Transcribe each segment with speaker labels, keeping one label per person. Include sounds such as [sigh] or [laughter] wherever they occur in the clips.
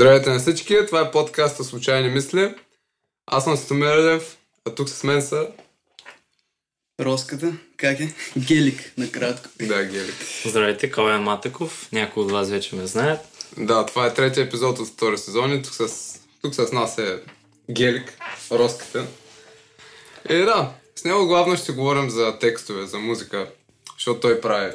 Speaker 1: Здравейте на всички, това е подкаста Случайни мисли. Аз съм Стомир Радев, а тук с мен са...
Speaker 2: Роската, как е? Гелик, накратко.
Speaker 1: Да, Гелик.
Speaker 3: Здравейте, Кален Матъков. Някои от вас вече ме знаят.
Speaker 1: Да, това е третия епизод от втори сезон и тук с, тук с нас е Гелик, Роската. И да, с него главно ще говорим за текстове, за музика, защото той прави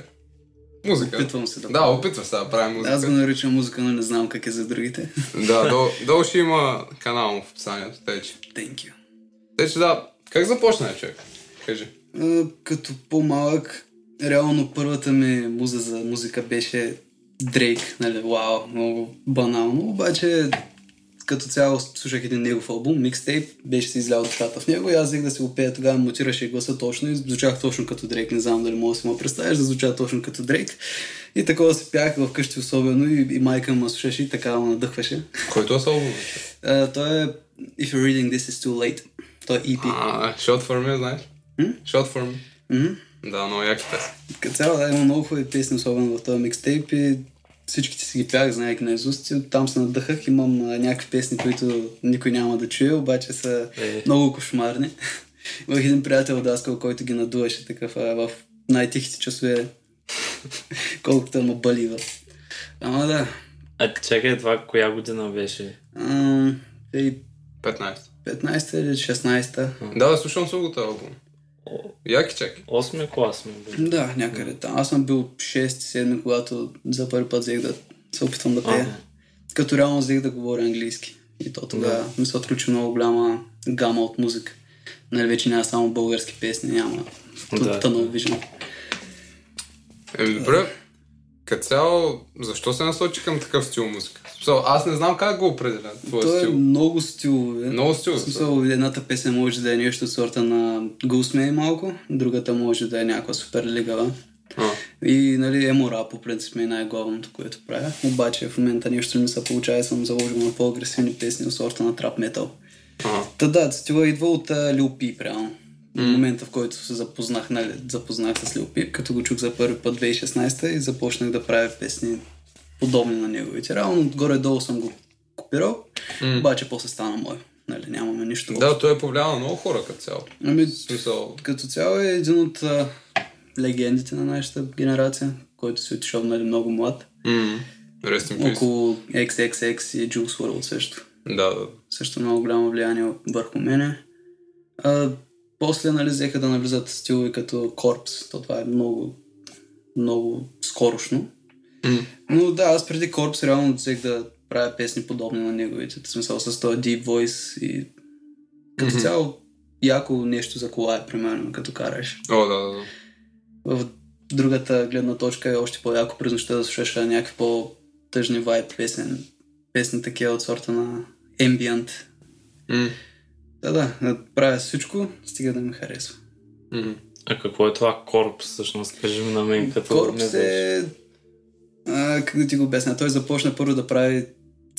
Speaker 1: музика.
Speaker 2: Опитвам се да
Speaker 1: Да, опитва се да прави музика.
Speaker 2: Аз го наричам музика, но не знам как е за другите.
Speaker 1: Да, дол- долу ще има канал му в описанието, тъй че.
Speaker 2: Thank you.
Speaker 1: Тъй че да, как започна човек? Кажи.
Speaker 2: А, като по-малък, реално първата ми муза за музика беше Дрейк, нали, вау, много банално, обаче като цяло слушах един негов албум, микстейп, беше си излял душата в него и аз взех да си го пея, тогава мутираше гласа точно и звучах точно като Дрейк, не знам дали мога да си му представиш, да звуча точно като Дрейк. И такова се пях вкъщи особено и, и майка ме слушаше и така ме надъхваше.
Speaker 1: Който е салбум?
Speaker 2: А, той е If You're Reading This Is Too Late, той е EP.
Speaker 1: А, Shot for Me, знаеш?
Speaker 2: М?
Speaker 1: Shot for Me.
Speaker 2: Мгм.
Speaker 1: Да, много яки песни.
Speaker 2: Като цяло да има много хубави песни, особено в този микстейп и всичките си ги пях, знаех на изуст и оттам се надъхах. Имам а, някакви песни, които никой няма да чуе, обаче са
Speaker 3: Е.
Speaker 2: много кошмарни. [laughs] Имах един приятел от Аскал, който ги надуваше такъв а, в най-тихите часове, [laughs] колкото му балива. Ама да.
Speaker 3: А чакай това, коя година беше?
Speaker 2: Ам, и
Speaker 1: 15.
Speaker 2: 15-та или 16-та.
Speaker 1: Да, бе, слушам се го този албум. Яки чак.
Speaker 3: Осми клас ме бил.
Speaker 2: Да,
Speaker 1: Е.
Speaker 2: някъде там. Аз съм бил 6-7, когато за първи път взех да се опитвам да пея.
Speaker 3: Ага.
Speaker 2: Като реално взех да говоря английски. И то тогава ми се отключи много голяма гама от музика. Нали вече няма само български песни, няма
Speaker 3: Да.
Speaker 2: тъпта на обижам.
Speaker 1: Еми, добре. Като цяло, защо се насочи към такъв стил музика? В смисъл, аз не знам как го определя твоя
Speaker 2: То е
Speaker 1: стил.
Speaker 2: много стилове.
Speaker 1: Много стил. е
Speaker 2: В смисъл, едната песен може да е нещо от сорта на Гусме малко, другата може да е някаква супер легава.
Speaker 1: А,
Speaker 2: И нали, емора по принцип ми е най-главното, което правя. Обаче в момента нещо не ми се получава и съм заложил на по-агресивни песни от сорта на трап метал.
Speaker 1: а,
Speaker 2: Та да, стила идва от а, Лил Пип, реално. В момента, в който се запознах, нали, запознах с Лил Пип, като го чух за първи път 2016 и започнах да правя песни подобни на неговите. Реално, горе-долу съм го копирал, обаче после стана мой. Нали, нямаме нищо.
Speaker 1: Да, той е повлиял на много хора като цяло.
Speaker 2: Ами,
Speaker 1: В смисъл,
Speaker 2: като цяло е един от а, легендите на нашата генерация, който си отишъл нали, много млад.
Speaker 1: м, Rest in peace.
Speaker 2: Около XXX и Jules WRLD също.
Speaker 1: Да, да.
Speaker 2: също много голямо влияние върху мене. А, после нали, взеха да навлизат стилови като Корпс. То това е много, много скорошно.
Speaker 1: М.
Speaker 2: Но да, аз преди Корпс реално взех да правя песни подобни на неговите. В смисъл с този Deep Voice и като
Speaker 1: Мгм.
Speaker 2: цяло яко нещо за кола е, примерно, като караш.
Speaker 1: О, да, да, да.
Speaker 2: В другата гледна точка е още по-яко през нощта да слушаш а, някакви по-тъжни вайб песен. Песни такива от сорта на Ambient
Speaker 1: М,
Speaker 2: да, да, правя всичко, стига да ми харесва.
Speaker 1: м.
Speaker 3: А какво е това корпс, всъщност? Кажи ми на мен, като
Speaker 2: Корпс
Speaker 3: не беше.
Speaker 2: е... А, как да ти го обясня? Той започна първо да прави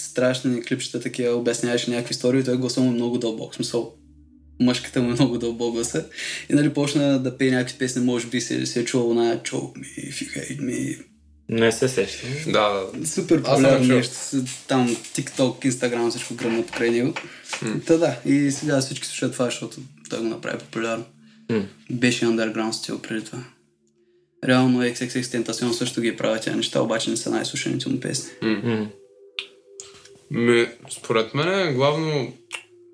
Speaker 2: страшни клипчета, такива обясняваше някакви истории, той гласа му е много дълбок, в смисъл мъжката му е много дълбок гласа. И нали почна да пее някакви песни, може би се, се е чувал на Choke Me, If You Hate Me.
Speaker 3: Не се сещам.
Speaker 1: Да, да, да.
Speaker 2: Супер
Speaker 1: съм
Speaker 2: популярно
Speaker 1: чул.
Speaker 2: нещо. Там TikTok, Instagram, всичко гръмна покрай него. Та да, и сега всички слушат това, защото той го направи популярно.
Speaker 3: М.
Speaker 2: Беше underground стил преди това. Реално XXX Tentacion също ги правят тя неща, обаче не са най-слушаните му песни.
Speaker 3: М.
Speaker 1: Ми, според мен главно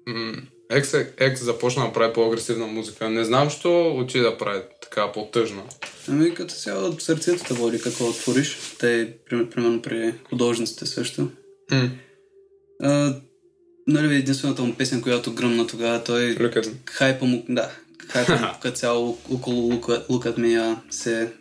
Speaker 1: м, Екс, Екс започна да прави по-агресивна музика. Не знам, що отиде да прави така по-тъжна.
Speaker 2: Ами като цяло сърцето те води какво отвориш. Те, прим- примерно при художниците също.
Speaker 1: М,
Speaker 2: А, нали, единствената му песен, която гръмна тогава, той
Speaker 1: Look at me.
Speaker 2: хайпа му, да, хайпа му като цяло около Look- Look at Me а, се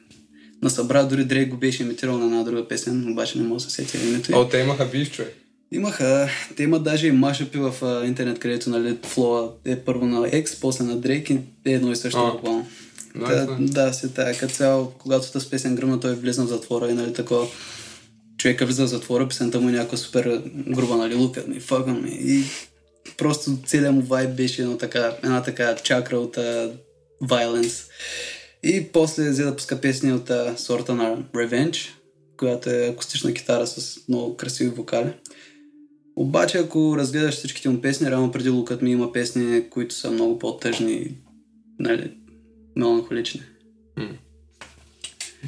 Speaker 2: насъбра. Дори Дрейк го беше имитирал на една друга песен, обаче не мога да се сетя името. й.
Speaker 1: О, те имаха бич, човек.
Speaker 2: Имаха, те имат даже и машъпи в а, интернет, където нали, флоа е първо на X, после на Дрейк и е едно и също
Speaker 1: А.
Speaker 2: буквално.
Speaker 1: Nice,
Speaker 2: Та,
Speaker 1: nice.
Speaker 2: да, се тая. Като цяло, когато тази песен гръмна, той влиза в затвора и нали такова човека влиза в затвора, песента му е някаква супер груба, нали, лукът ми, фъгът ми. И просто целият му вайб беше едно така, една така чакра от а, violence. И после взе да пуска песни от а, сорта на Revenge, която е акустична китара с много красиви вокали. Обаче, ако разгледаш всичките му песни, реално преди Лукът ми има песни, които са много по-тъжни, нали, меланхолични.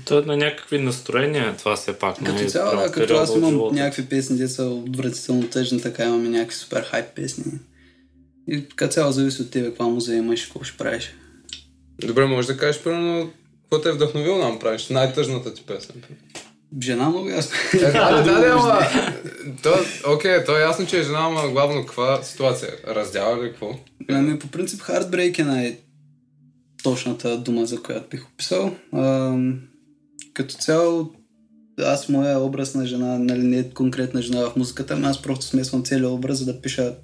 Speaker 3: То е на някакви настроения, това все пак.
Speaker 2: Като
Speaker 3: нали,
Speaker 2: цяло,
Speaker 3: спрямо
Speaker 2: да, като
Speaker 3: периода
Speaker 2: аз
Speaker 3: от
Speaker 2: имам
Speaker 3: живота.
Speaker 2: някакви песни, де са отвратително тъжни, така имам и някакви супер хайп песни. И като цяло зависи от тебе, каква муза имаш и какво ще правиш.
Speaker 1: Добре, може да кажеш, примерно, какво те е вдъхновило да направиш? Най-тъжната ти песен.
Speaker 2: Жена много ясно.
Speaker 1: Е, Да, да, да, ама... То, окей, то е ясно, че е жена, ама главно каква ситуация? Раздява ли какво?
Speaker 2: Ами, по принцип, хардбрейк е най- точната дума, за която бих описал. Ам, като цяло, аз моя образ на жена, нали не е конкретна жена в музиката, ами аз просто смесвам целият образ, за да пиша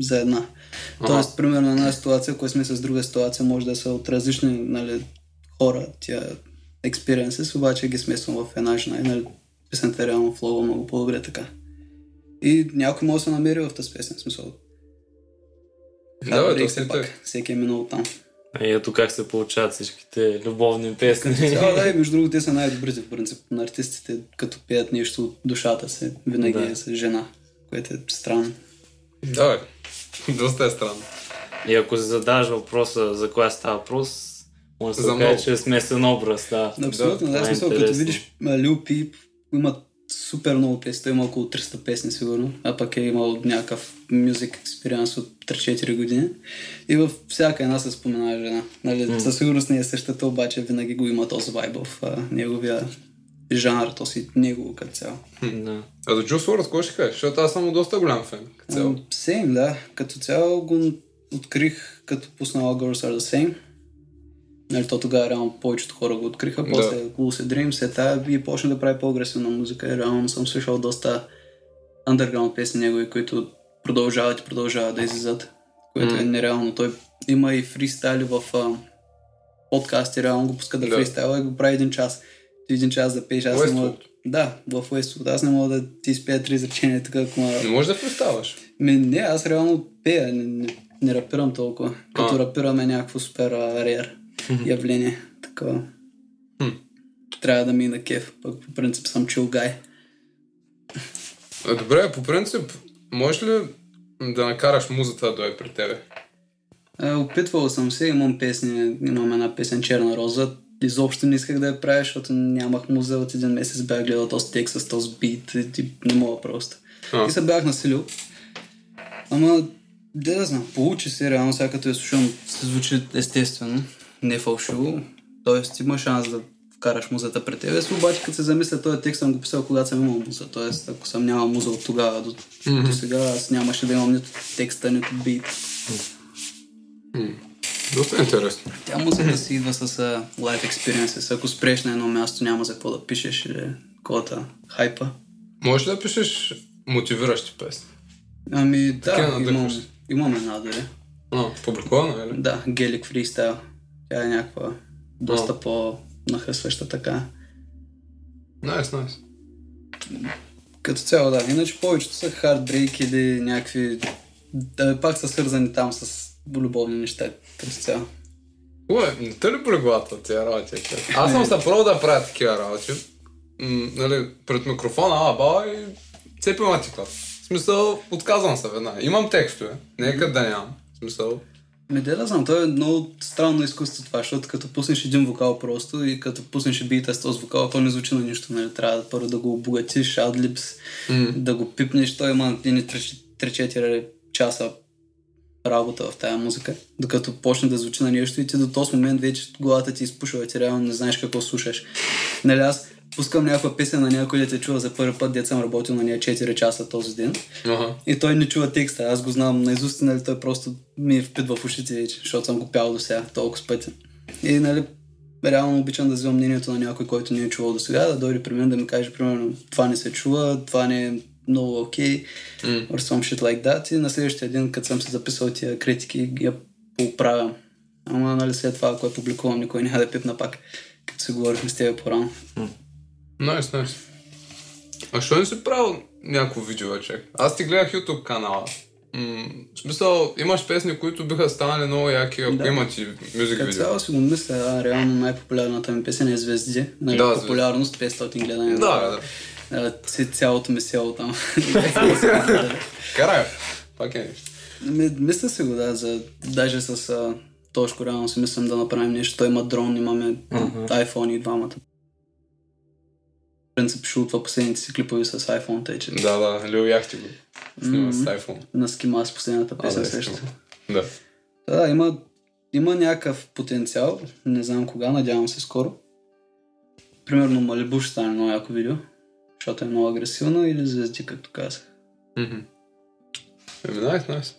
Speaker 2: за една.
Speaker 1: Ага.
Speaker 2: Тоест, примерно една ситуация, която сме с друга ситуация, може да са от различни нали, хора, тя experiences, обаче ги смесвам в една жена и нали, песента реално флова много по-добре така. И някой може да се намери в тази песен, в смисъл.
Speaker 1: Да, бе,
Speaker 2: Heartbreak
Speaker 1: то
Speaker 2: все
Speaker 1: си
Speaker 2: пак.
Speaker 1: те.
Speaker 2: Всеки е минал там.
Speaker 3: А ето как се получават всичките любовни песни.
Speaker 2: Цяло, да, и между другото, те са най-добрите в принцип на артистите, като пеят нещо от душата си. Винаги
Speaker 3: Да.
Speaker 2: е с жена, което е странно.
Speaker 1: Да, бе. Доста е странно.
Speaker 3: И ако си задаш въпроса за коя става въпрос, може да
Speaker 1: За
Speaker 3: се каже,
Speaker 1: много.
Speaker 3: че е смесен образ. Да.
Speaker 2: Абсолютно, да,
Speaker 3: това
Speaker 2: да
Speaker 3: е
Speaker 2: смисъл, като
Speaker 3: интересно.
Speaker 2: видиш а, Лил Пип, има супер много песни, той има около 300 песни сигурно, а пък е имал някакъв мюзик експириенс от 3-4 години. И във всяка една се споменава жена. Нали, Със сигурност не е същата, обаче винаги го има този вайб в а, неговия жанр, то си негово като цяло.
Speaker 3: Да.
Speaker 1: А за Juice WRLD, какво ще кажеш? Защото аз съм му доста голям фен. като Цяло.
Speaker 2: Ам, Same, да. Като цяло го открих, като пусна All Girls Are The Same. Нали, то тогава реално повечето хора го откриха, после да. Lucid Dream, се тая и почна да прави по-агресивна музика и реално съм слушал доста underground песни негови, които продължават и продължават да излизат, което е нереално. Той има и фристайли в а, подкасти, реално го пуска да,
Speaker 1: Да.
Speaker 2: фристайла и го прави един час. Ти един час да пееш, аз не мога...
Speaker 1: Westwood.
Speaker 2: Да, в Westwood. Аз не мога да ти изпея три изречения, така ако ма...
Speaker 1: Не можеш да представаш.
Speaker 2: Ми, не, аз реално пея, не, не, не рапирам толкова. Като
Speaker 1: А.
Speaker 2: рапираме някакво супер
Speaker 1: [laughs]
Speaker 2: а, рер явление. Така.
Speaker 1: Хм.
Speaker 2: Трябва да ми е на кеф, пък по принцип съм чил гай.
Speaker 1: А, добре, по принцип, можеш ли да накараш музата да дойде при тебе?
Speaker 2: А, Опитвал Е, съм се, имам песни, имам една песен Черна роза. Изобщо не исках да я правя, защото нямах муза от един месец, бях гледал този текст с този бит и, и не мога просто.
Speaker 1: А.
Speaker 2: И се бях насилил. Ама, да, да знам, получи се реално, сега като я слушам, се звучи естествено, не фалшиво. Тоест има шанс да вкараш музата пред тебе. Аз Обаче, като се замисля, този текст съм го писал, когато съм имал муза. Тоест, ако съм нямал муза от тогава до, до сега, аз нямаше да имам нито текста, нито бит.
Speaker 1: Доста е интересно.
Speaker 2: Тя музиката си идва с а, life experiences. Ако спреш на едно място, няма за какво да пишеш или кота хайпа.
Speaker 1: Можеш ли да пишеш мотивиращи песни?
Speaker 2: Ами да,
Speaker 1: Така надъхваш
Speaker 2: имам,
Speaker 1: се.
Speaker 2: имам една дори.
Speaker 1: А, е публикувана, или?
Speaker 2: Да, Гелик Freestyle. Тя е някаква доста по-нахъсваща така.
Speaker 1: Найс, найс.
Speaker 2: Като цяло, да. Иначе повечето са хардбрейк или някакви... Да, пак са свързани там с любовни неща като цяло.
Speaker 1: Уе, не те ли проглатва тия работи? че? Аз съм се пробвал да правя такива работи. М, нали, пред микрофона, а, баба и цепи матиката. В смисъл, отказвам се веднага. Имам текстове, нека да нямам. В смисъл,
Speaker 2: Ме де да знам, то е много странно изкуство това, защото като пуснеш един вокал просто и като пуснеш бита с този вокал, то не звучи на нищо, нали? Трябва да първо да го обогатиш, адлипс,
Speaker 1: Мгм.
Speaker 2: да го пипнеш, той има едни 3-4 часа работа в тая музика, докато почне да звучи на нещо и ти до този момент вече главата ти изпушва, ти реално не знаеш какво слушаш. Нали аз пускам някаква песен на някой, да те чува за първи път, дет съм работил на нея 4 часа този ден.
Speaker 1: ага.
Speaker 2: И той не чува текста, аз го знам наизуст, и, нали, той просто ми е впитва в ушите вече, защото съм го пял до сега толкова пъти. И нали, реално обичам да взимам мнението на някой, който не е чувал до сега, да дойде при мен да ми каже, примерно, това не се чува, това не е много окей, okay,
Speaker 1: М.
Speaker 2: or some shit like that. И на следващия ден, като съм се записал тия критики, ги я поправям. Ама, нали, след това, ако я публикувам, никой няма да пипна пак, като се говорихме с тебе по-рано.
Speaker 1: Найс, найс. А що не си правил някакво видео, чак? Аз ти гледах YouTube канала. М, в смисъл, имаш песни, които биха станали много яки, ако
Speaker 2: Да.
Speaker 1: имат и мюзик
Speaker 2: Като
Speaker 1: видео.
Speaker 2: цяло си го мисля, а, реално най-популярната ми песен е Звезди. Нали,
Speaker 1: Да,
Speaker 2: популярност 500 гледания.
Speaker 1: Да, да.
Speaker 2: А, си- цялото ми село там.
Speaker 1: Карай. Пак е нещо.
Speaker 2: [laughs] Ми, мисля си го, да, за, даже с а, Тошко реално си мислям да направим нещо. Той има дрон, имаме
Speaker 3: Мгм.
Speaker 2: iPhone и двамата. В принцип шутва последните си клипове с iPhone, тъй че
Speaker 1: Да, да, Лил Яхти го снима с iPhone.
Speaker 2: на скима с последната
Speaker 1: А,
Speaker 2: песен
Speaker 1: да,
Speaker 2: също.
Speaker 1: искам. Да.
Speaker 2: Да, има, има някакъв потенциал, не знам кога, надявам се скоро. Примерно Малибу ще стане много яко видео, защото е много агресивна или звезди, както казах.
Speaker 1: Мгм. Еми, nice, nice.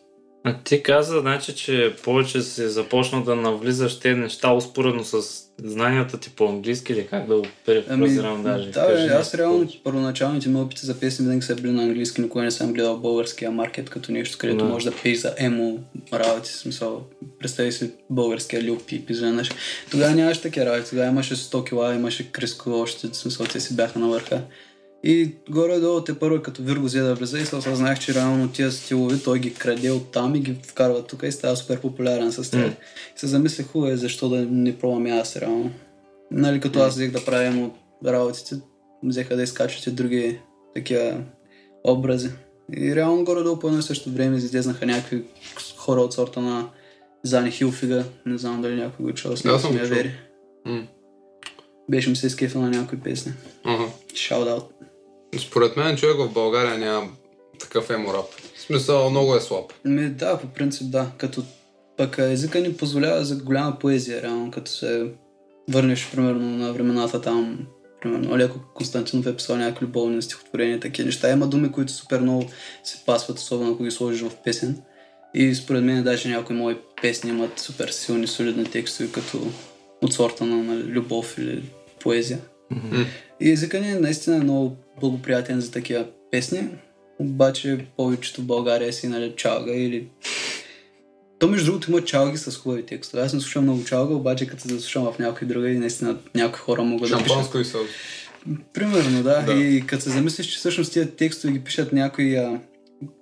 Speaker 3: А ти каза, значи, че повече си започна да навлизаш те неща успоредно с знанията ти по английски или как да го перефразирам даже.
Speaker 2: Е, ами, да, бе, аз
Speaker 3: нещо
Speaker 2: реално
Speaker 3: повече.
Speaker 2: първоначалните ми опити за песни винаги са били на английски, никога не съм гледал българския маркет като нещо, където
Speaker 3: Да.
Speaker 2: може да пееш за емо работи, в смисъл, представи си българския Лил Пип изведнъж. Тогава нямаше такива работи, тогава имаше 100 кила, имаше Криско още, в смисъл, те си бяха на върха. И горе-долу те първо като Вирго взе да влезе и се осъзнах, че реално тия стилови той ги краде оттам и ги вкарва тук и става супер популярен с тях.
Speaker 3: М.
Speaker 2: И се замислих, хубаво е, защо да не пробвам и аз реално. Нали, като аз взех да правя ему работите, взеха да изкачат и други такива образи. И реално горе-долу по едно и също време излезнаха някакви хора от сорта на Зани Хилфига. Не знам дали някой го е чул, с
Speaker 1: Да,
Speaker 2: него
Speaker 1: съм
Speaker 2: си ми
Speaker 1: го
Speaker 2: я
Speaker 1: чул.
Speaker 2: вери.
Speaker 1: М.
Speaker 2: Беше ми се изкефил на някои песни.
Speaker 1: Ага.
Speaker 2: Шаудаут.
Speaker 1: Според мен човек в България няма такъв еморап. В смисъл, много е слаб.
Speaker 2: Ми, да, по принцип да. Като пък а, езика ни позволява за голяма поезия, реално, като се върнеш примерно на времената там, примерно Олеко Константинов е писал някакви любовни стихотворения, такива неща. Има думи, които супер много се пасват, особено ако ги сложиш в песен. И според мен даже някои мои песни имат супер силни, солидни текстове, като от сорта на, на любов или поезия. И езика ни е наистина много благоприятен за такива песни, обаче повечето в България си нали чалга или... То между другото има чалги с хубави текстове. Аз не слушам много чалга, обаче като се заслушам в някои друга и наистина някои хора могат да пишат.
Speaker 1: Шампанско и сълз.
Speaker 2: Примерно, да.
Speaker 1: Да.
Speaker 2: И като се замислиш, че всъщност тия текстове ги пишат някои... А...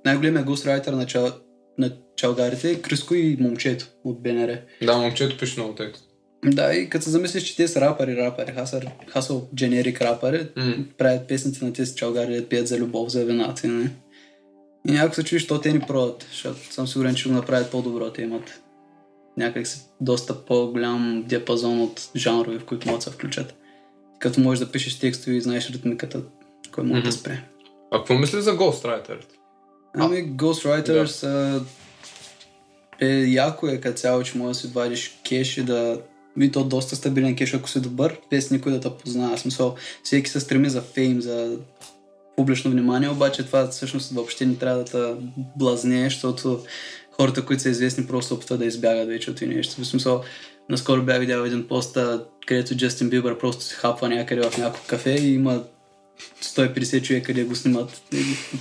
Speaker 2: Най-големия гострайтер на, чал... на чалгарите е Криско и момчето от БНР.
Speaker 1: Да, момчето пише много текст.
Speaker 2: Да, и като се замислиш, че те са рапъри, рапъри, хасъл, хасъл дженерик рапъри,
Speaker 1: М.
Speaker 2: правят песните на тези чалгари, да пият за любов, за вината. Не? И някак се чуеш, що те ни продат, защото съм сигурен, че го направят по-добро, те имат някак си доста по-голям диапазон от жанрове, в които могат да се включат. Като можеш да пишеш текстове и знаеш ритмиката, кой може да
Speaker 1: Мгм.
Speaker 2: спре.
Speaker 1: А какво мисли за Ghostwriter?
Speaker 2: Ами, Ghostwriters да. е яко е като цяло, че може да си вадиш кеш и да и то доста стабилен кеш, ако си добър, без никой да те познава. В Смисъл, всеки се стреми за фейм, за публично внимание, обаче това всъщност въобще не трябва да те блазне, защото хората, които са известни, просто опитват да избягат вече от и нещо. В смисъл, наскоро бях видял един пост, а, където Джастин Бибър просто се хапва някъде в някакво кафе и има 150 човека да го снимат.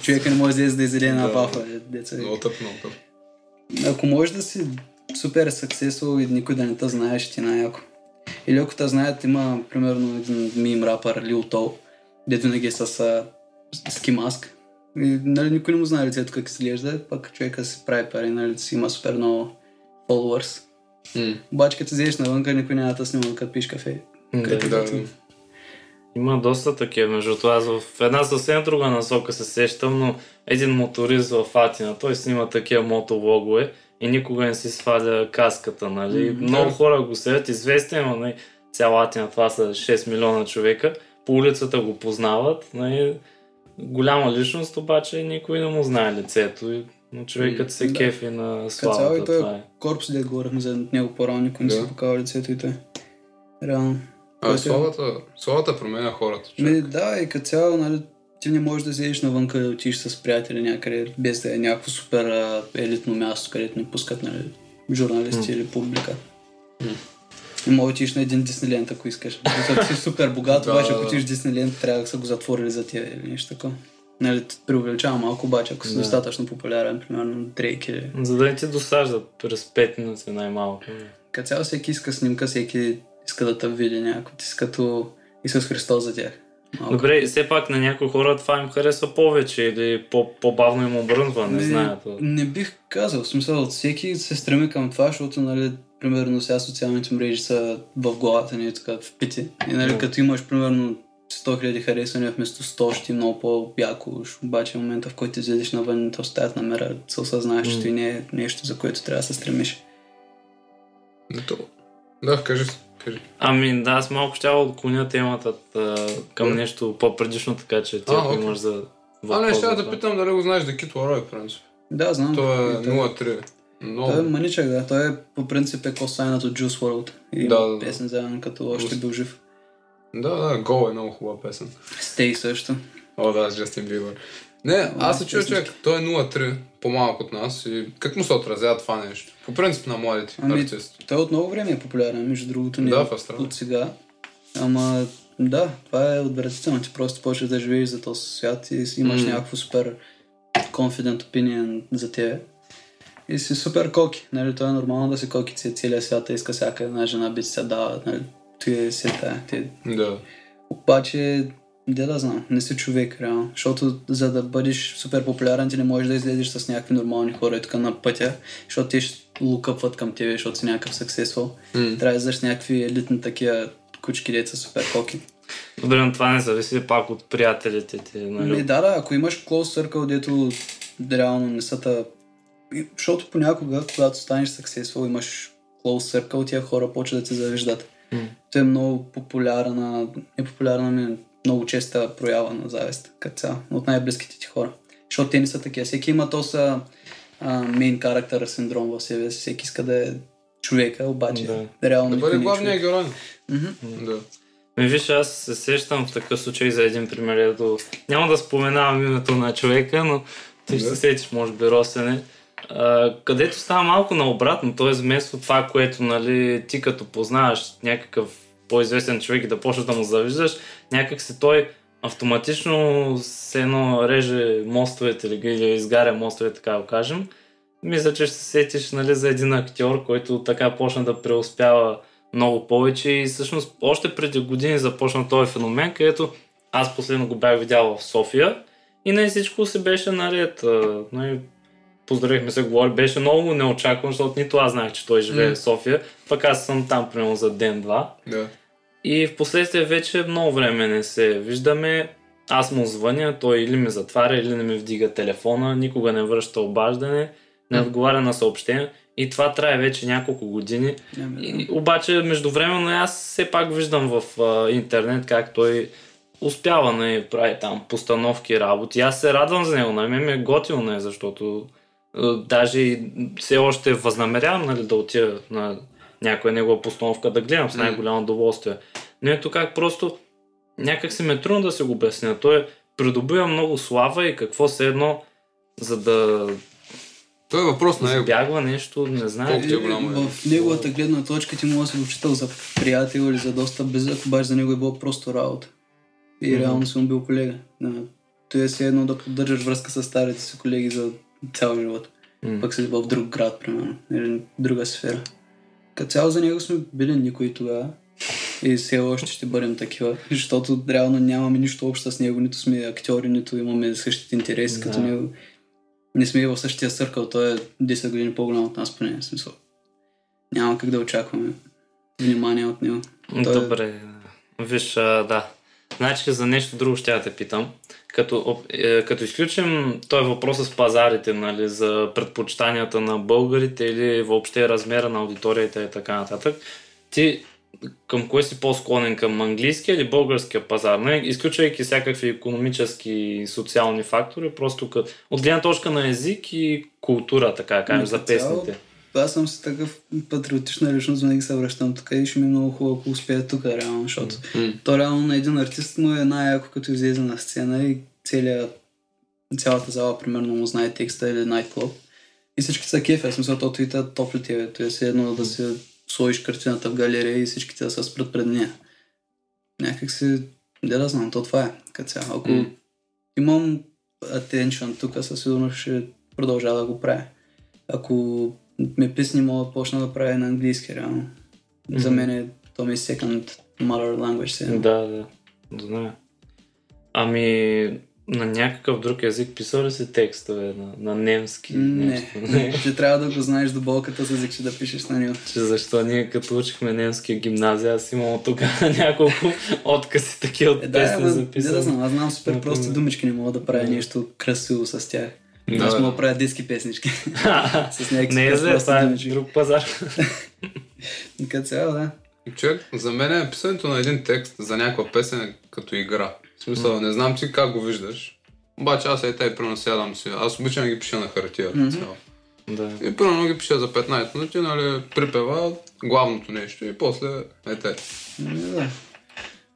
Speaker 2: Човека не може да излезе да изяде една
Speaker 1: Да.
Speaker 2: вафа. е, Деца.
Speaker 1: Много тъп, много тъп.
Speaker 2: Ако можеш да си супер съксесвал и никой да не те знае, ще ти е най-яко. Или ако те знаят, има примерно един мим рапър Лил Тол, дето винаги е с а, ски маск. И, нали, никой не му знае лицето как изглежда, пък човека си прави пари, нали, си има супер много followers.
Speaker 1: М.
Speaker 2: Обаче като излезеш навънка, никой няма да те снима, като пиш кафе.
Speaker 3: Да.
Speaker 1: Да, да.
Speaker 3: Има доста такива, между това. Аз в една съвсем друга насока се сещам, но един моторист в Атина, той снима такива мотовлогове и никога не си сваля каската, нали?
Speaker 2: М,
Speaker 3: Много
Speaker 1: да.
Speaker 3: хора го следят, известен, но нали, цяла Атина, това са 6 милиона човека, по улицата го познават, нали? Голяма личност, обаче никой не му знае лицето, и- но човекът се
Speaker 2: М, да.
Speaker 3: кефи на
Speaker 2: Като цяло
Speaker 3: славата,
Speaker 2: и той
Speaker 3: това
Speaker 2: е
Speaker 3: е.
Speaker 2: корпус, дед говорихме за него по-рано, никой не
Speaker 1: Да.
Speaker 2: си показва лицето и той. Реално.
Speaker 1: А,
Speaker 2: Който е-
Speaker 1: славата, славата променя хората. човек.
Speaker 2: Ми, Ами, да, и като цяло, нали, ти не можеш да излезеш навънка и да отидеш с приятели някъде, без да е някакво супер а, елитно място, където не пускат нали, журналисти или публика. Не може да отидеш на един Дисниленд, ако искаш. Защото си супер богат,
Speaker 1: Да,
Speaker 2: обаче
Speaker 1: да,
Speaker 2: ако
Speaker 1: да.
Speaker 2: отидеш в Дисниленд, трябва да са го затворили за тия или нещо такова. Нали, преувеличава малко, обаче ако си
Speaker 3: Да.
Speaker 2: достатъчно популярен, примерно Дрейк или...
Speaker 3: За да не ти досаждат през 5 минути най-малко. нали?
Speaker 2: Като цяло всеки иска снимка, всеки иска да те види някой. Ти си като Исус Христос за тях. Малко.
Speaker 3: Добре, все пак на някои хора това им харесва повече или по- по-бавно им обрънва, не,
Speaker 2: Ми,
Speaker 3: знаят.
Speaker 2: Не бих казал, в смисъл, всеки се стреми към това, защото, нали, примерно сега социалните мрежи са в главата ни, така, впити. И, нали,
Speaker 3: Да.
Speaker 2: като имаш, примерно, 100 000 харесвания вместо 100 ще ти е много по-яко. Уж Обаче в момента, в който излезеш навън, то стаят намера, се осъзнаеш, че
Speaker 3: М.
Speaker 2: ти не е нещо, за което трябва да се стремиш.
Speaker 1: Не то. Да, кажи. си, кажи.
Speaker 3: Ами да, аз малко ще я отклоня темата а, към нещо по-предишно, така че ти
Speaker 1: Е. А,
Speaker 3: ако
Speaker 1: окей.
Speaker 3: имаш за
Speaker 1: А, не,
Speaker 3: въпрос
Speaker 1: ще
Speaker 3: за
Speaker 1: да
Speaker 3: това.
Speaker 1: питам дали го знаеш Декит Ларой, в принцип.
Speaker 2: Да, знам.
Speaker 1: Той е
Speaker 2: И Ами, той-
Speaker 1: 0-3. Много.
Speaker 2: Той е маничък, да. Той е по принцип е косайнат от Juice WRLD. И
Speaker 1: Да,
Speaker 2: да,
Speaker 1: да, да.
Speaker 2: песен заедно като още
Speaker 1: Густ.
Speaker 2: бил жив.
Speaker 1: Да, да, Гол е много хубава песен.
Speaker 2: Стей също.
Speaker 1: О, да, с Джастин Бибър. Не, аз се чуя, човек, той е 0-3, по-малък от нас. И как му се отразява това нещо? По принцип на младите
Speaker 2: Ами,
Speaker 1: артисти.
Speaker 2: Той от много време е популярен, между другото. Не
Speaker 1: Да,
Speaker 2: е
Speaker 1: в Австралия.
Speaker 2: От сега. Ама да, това е отвратително. Ти просто почваш да живееш за този свят и си имаш
Speaker 1: М.
Speaker 2: някакво супер confident opinion за тебе. И си супер коки. Нали, то е нормално да си коки ц- целия свят, иска всяка една жена би ти се дава. Нали, ти е се тая. Ти е
Speaker 1: Да.
Speaker 2: Обаче, де да знам, не си човек, реално. Защото за да бъдеш супер популярен, ти не можеш да излезеш с някакви нормални хора и така на пътя, защото те ще лукъпват към тебе, защото си някакъв съксесвал.
Speaker 1: М.
Speaker 2: Трябва да излезеш някакви елитни такива кучки деца супер коки.
Speaker 3: Добре, но това не зависи пак от приятелите ти,
Speaker 2: Ами
Speaker 3: нали?
Speaker 2: да, да, ако имаш close circle, дето реално не са та... И- Защото понякога, когато станеш successful, имаш close circle, тия хора почват да те завиждат.
Speaker 3: М.
Speaker 2: Той е много популярна, не популярна ми, много честа проява на завист, като цяло, от най-близките ти хора. Защото те не са такива. Всеки има то са мейн характер синдром в себе си. Всеки иска да е човека, обаче
Speaker 3: Да.
Speaker 2: реално
Speaker 1: Да
Speaker 2: никой
Speaker 1: бъде
Speaker 2: не е
Speaker 1: главният
Speaker 2: човек.
Speaker 1: герой.
Speaker 2: Мгм.
Speaker 1: Да.
Speaker 3: Ми Ами виж, аз се сещам в такъв случай за един пример. Ето, няма да споменавам името на човека, но ти ще
Speaker 1: Да.
Speaker 3: се сетиш, може би, Росене. А, където става малко наобратно, т.е. вместо това, което нали, ти като познаваш някакъв по-известен човек и да почнеш да му завиждаш, някак се той автоматично се едно реже мостовете или, или изгаря мостове, така го кажем. Мисля, че ще се сетиш нали, за един актьор, който така почна да преуспява много повече и всъщност още преди години започна този феномен, където аз последно го бях видял в София и не всичко се беше наред. А, Нали, поздравихме се, говори, беше много неочаквано, защото нито аз знаех, че той живее
Speaker 1: М.
Speaker 3: в София, пък аз съм там примерно за ден-два.
Speaker 1: Да.
Speaker 3: И в последствие вече много време не се виждаме. Аз му звъня, той или ми затваря, или не ми вдига телефона, никога не връща обаждане, не
Speaker 1: М.
Speaker 3: отговаря на съобщения. И това трае вече няколко години.
Speaker 2: Ами, да.
Speaker 3: И, обаче, междувременно аз все пак виждам в а, интернет как той успява да прави там постановки, работи. Аз се радвам за него, на мен ми е готино, не, защото а, даже и все още възнамерявам нали, да отида на някоя негова постановка, да гледам с
Speaker 1: Мгм.
Speaker 3: най-голямо удоволствие. Но ето как просто някак си ме е трудно да се го обясня. Той е придобива много слава и какво се едно за да
Speaker 1: Той е въпрос на его.
Speaker 3: избягва нещо, не знам.
Speaker 1: Колко ти е голямо, е.
Speaker 2: в неговата гледна точка ти може да си го читал за приятел или за доста близък, обаче за него е било просто работа. И
Speaker 3: Мгм.
Speaker 2: реално съм бил колега. Да. Той е си едно да поддържаш връзка с старите си колеги за цял живот.
Speaker 3: М.
Speaker 2: Пък си в друг град, примерно, или друга сфера. Като цяло за него сме били никой тогава. И все още ще бъдем такива, защото реално нямаме нищо общо с него, нито сме актьори, нито имаме същите интереси
Speaker 3: Да.
Speaker 2: като него. Не сме и в същия съркъл, той е 10 години по-голям от нас, поне в смисъл. Няма как да очакваме внимание от него. Той е-
Speaker 3: Добре. Виж, а, да. Значи за нещо друго ще я те питам. Като, об- е, като изключим този въпрос с пазарите, нали, за предпочитанията на българите или въобще размера на аудиторията и така нататък, ти към кое си по-склонен? Към английския или българския пазар? Не, изключвайки всякакви економически и социални фактори, просто кът... от гледна точка на език и култура, така да кажем,
Speaker 2: Като
Speaker 3: за
Speaker 2: цяло,
Speaker 3: песните.
Speaker 2: Аз съм с такъв патриотична личност, винаги се връщам тук и ще ми е много хубаво, ако успея тук, реално, защото
Speaker 1: М.
Speaker 2: То реално на един артист му е най-яко, като излезе на сцена и целия, цялата зала, примерно, му знае текста или найтклуб. И всички са кефи, в смисъл, то твита топли тебе. То е все едно да се сложиш картината в галерия и всичките да се спрат пред нея. Някак си, не да знам, то това е. Като цяло. Ако
Speaker 1: М.
Speaker 2: имам attention тук, със сигурност ще продължа да го правя. Ако ме песни мога да почна да правя на английски, реално. За
Speaker 3: Мгм.
Speaker 2: мен е, то ми е second mother language. Се. едно.
Speaker 3: Да, да. Знае. Ами, на някакъв друг език писал ли си текстове? На, на немски?
Speaker 2: Не.
Speaker 3: нещо? не.
Speaker 2: [laughs] Ще трябва да го знаеш до болката с език, че да пишеш на него.
Speaker 3: Че защо ние като учихме немски в гимназия, аз имам от тогава [laughs] няколко откази такива от
Speaker 2: Е, да,
Speaker 3: песни
Speaker 2: ама, не
Speaker 3: записани.
Speaker 2: да знам, аз знам супер
Speaker 3: Например.
Speaker 2: прости думички, не мога да правя
Speaker 3: Да.
Speaker 2: нещо красиво с тях.
Speaker 1: Да,
Speaker 2: Аз
Speaker 1: да.
Speaker 2: мога да правя детски
Speaker 3: [laughs]
Speaker 2: песнички с някакви
Speaker 3: не
Speaker 2: супер
Speaker 3: е за
Speaker 2: прости
Speaker 3: това е
Speaker 2: думички.
Speaker 3: друг
Speaker 2: [laughs]
Speaker 3: пазар.
Speaker 2: Така цяло, да.
Speaker 1: Човек, за мен е писането на един текст за някаква песен е като игра. В смисъл, не знам ти как го виждаш. Обаче аз е тъй примерно сядам си. Аз обичам да ги пиша на хартия.
Speaker 2: Мгм.
Speaker 1: цяло.
Speaker 3: да.
Speaker 1: И примерно ги пиша за 15 минути, нали, припева главното нещо и после е тъй.
Speaker 2: Ами, Да.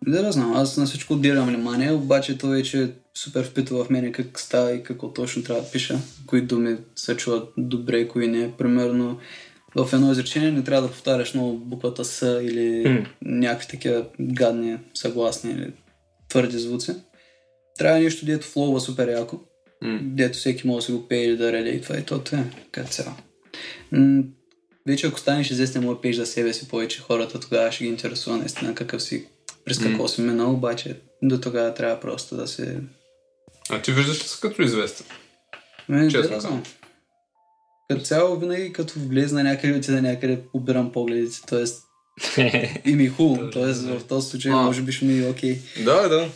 Speaker 2: Да, да знам. Аз на всичко отделям внимание, обаче то вече е супер впитва в мене как става и какво точно трябва да пиша. Кои думи се чуват добре, кои не. Примерно в едно изречение не трябва да повтаряш много буквата С или
Speaker 3: М.
Speaker 2: някакви такива гадни съгласни или твърди звуци. Трябва нещо, дето флоува супер яко,
Speaker 1: М.
Speaker 2: дето всеки може да си го пее или да релейтва и то това е като цяло. М, вече ако станеш известен, може да пееш за себе си повече хората, тогава ще ги интересува наистина какъв си, през какво си минал, обаче до тогава трябва просто да се...
Speaker 1: А ти виждаш ли се като известен?
Speaker 2: Ме,
Speaker 1: Честно
Speaker 2: да, да, знам. Ами, е Като цяло, винаги като влезна някъде, отида някъде, обирам погледите, т.е. и ми е хубаво, т.е. в този случай
Speaker 1: А.
Speaker 2: може би ще ми е окей.
Speaker 1: Да, да.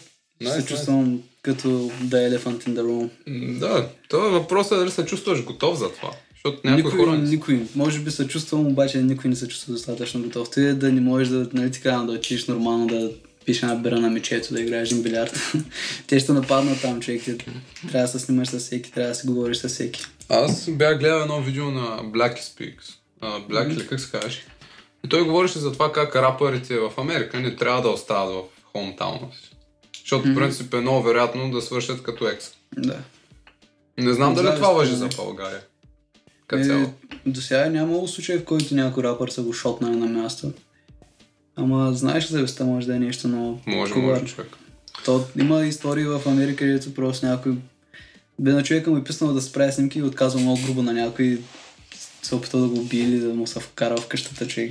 Speaker 2: Ще се чувствам като да Elephant in the Room.
Speaker 1: Да, това е въпросът е дали се чувстваш готов за това. Защото някои
Speaker 2: никой,
Speaker 1: хора... не-
Speaker 2: никой. Може би се чувствам, обаче никой не се чувства достатъчно готов. Ти е да не можеш да, нали ти казвам, да отидеш нормално да пиеш една бира на мечето, да играеш на билярд. [laughs] Те ще нападнат там, човек. Ти трябва да се снимаш с всеки, трябва да си говориш с всеки.
Speaker 1: Аз бях гледал едно видео на Black Speaks. А, Black или как се казваш? И той говореше за това как рапърите в Америка не трябва да остават в хомтауна си. Защото, в принцип, е много вероятно да свършат като екс.
Speaker 2: Да.
Speaker 1: Не е. знам дали
Speaker 2: Завист,
Speaker 1: това въжи за
Speaker 2: нали?
Speaker 1: България. Като цяло.
Speaker 2: Е, до сега е нямало случай, в който някой рапър са го шотнали на място. Ама знаеш, завистта може да е нещо много
Speaker 1: Може,
Speaker 2: коварно.
Speaker 1: може, човек.
Speaker 2: То има истории в Америка, където просто някой... Бе на човека му е писнал да спре снимки и отказва много грубо на някой и се опита да го убие или да му се вкара в къщата човек.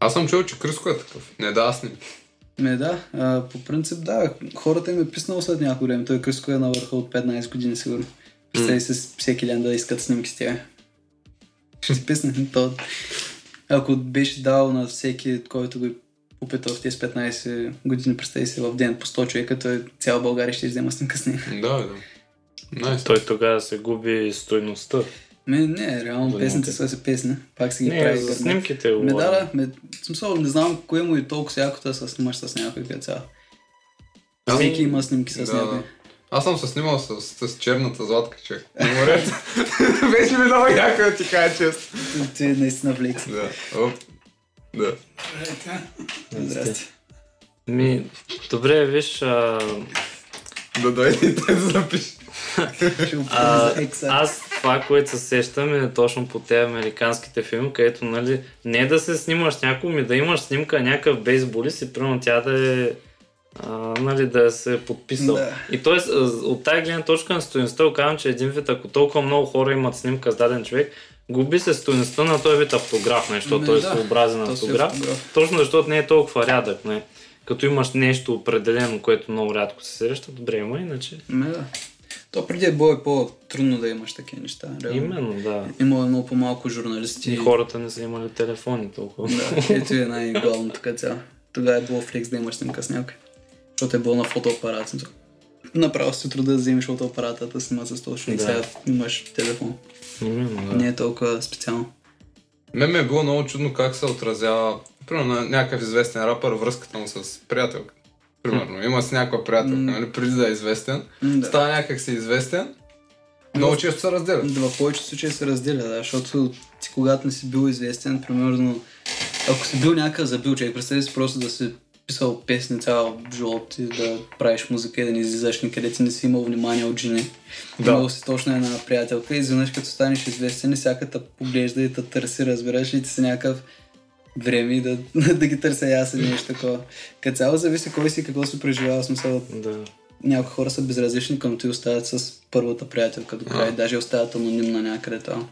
Speaker 1: Аз съм чул, че Криско е такъв. Не да, аз не.
Speaker 2: Ме да, а, по принцип да, хората им е писнало след някое време. Той Кръско е на върха от 15 години сигурно. Представи се всеки ден да искат снимки с тях. Ще ти писне. [laughs] То, ако беше дал на всеки, който го е попитал в тези 15 години, представи се в ден по 100 човека, той цяла България ще взема снимка с него.
Speaker 1: Да, да. Найс.
Speaker 3: Той тогава се губи стойността.
Speaker 2: Ме, Ами, не, реално
Speaker 3: Да,
Speaker 2: песните
Speaker 3: не.
Speaker 2: са си песни. Пак си ги
Speaker 3: Не,
Speaker 2: прави.
Speaker 3: за
Speaker 2: като-
Speaker 3: снимките е
Speaker 2: Ме, да,
Speaker 3: говоря.
Speaker 2: да, ме, в смисъл, не знам кое му е толкова якото да се снимаш с някой като цяло.
Speaker 1: Ами,
Speaker 2: Всеки има снимки с
Speaker 1: да,
Speaker 2: някой.
Speaker 1: да. Аз съм се снимал с, с черната златка, човек. На [laughs] морето. Беше ми много яко да ти кажа често.
Speaker 2: Ти- Ти наистина влекс.
Speaker 1: Да. Оп. Да.
Speaker 2: Здрасти.
Speaker 3: Ми, добре, виж, а,
Speaker 1: Да дойде и той да запише.
Speaker 2: Ще го
Speaker 3: а,
Speaker 2: правим за екса.
Speaker 3: аз това, което се сещам е точно по тези американските филми, където, нали, не да се снимаш с някого, ми да имаш снимка някакъв бейсболист и примерно тя да е а, нали, да се е подписал.
Speaker 2: Да.
Speaker 3: И т.е. от тази гледна точка на стоеността оказвам, че един вид, ако толкова много хора имат снимка с даден човек, губи се стоеността на този вид автограф, не, защото
Speaker 2: Ме,
Speaker 3: той е
Speaker 2: да.
Speaker 3: своеобразен
Speaker 2: То си е
Speaker 3: автограф.
Speaker 2: автограф.
Speaker 3: Точно защото не е толкова рядък, не. Като имаш нещо определено, което много рядко се среща, добре има, иначе.
Speaker 2: Ме, да. То преди е било и по-трудно да имаш такива неща. реално.
Speaker 3: Именно, да.
Speaker 2: Имало е много по-малко журналисти.
Speaker 3: И хората не са имали телефони толкова.
Speaker 2: Да, ето е най-главното като цяло. Тогава е било флекс да имаш снимка с някой. Защото е било на фотоапарат. Направо си труда да вземеш фотоапарата, да снима с този човек.
Speaker 3: Да.
Speaker 2: Сега имаш телефон.
Speaker 1: Нали,
Speaker 3: Именно, да.
Speaker 2: Не е толкова специално.
Speaker 1: Мен ми е било много чудно как се отразява, примерно, на някакъв известен рапър, връзката му с приятелка. Примерно, има с някаква приятелка, нали, преди да е известен.
Speaker 2: М, да.
Speaker 1: Става някак си известен. Много често се разделят.
Speaker 2: Да, в повечето случаи се разделя, да, защото ти когато не си бил известен, примерно, ако си бил някакъв забил човек, представи си просто да си писал песни цял живот и да правиш музика и да не излизаш никъде, ти не си имал внимание от жени. Да. Имал си точно една приятелка и изведнъж като станеш известен и всяка те поглежда и те търси, разбираш ли, ти си някакъв време и да, [laughs] да ги търся и аз или нещо такова. Като цяло зависи кой си и какво си преживява, в смисъл
Speaker 3: Да.
Speaker 2: някои хора са безразлични към те и остават с първата приятелка до края. Даже остават анонимна някъде там.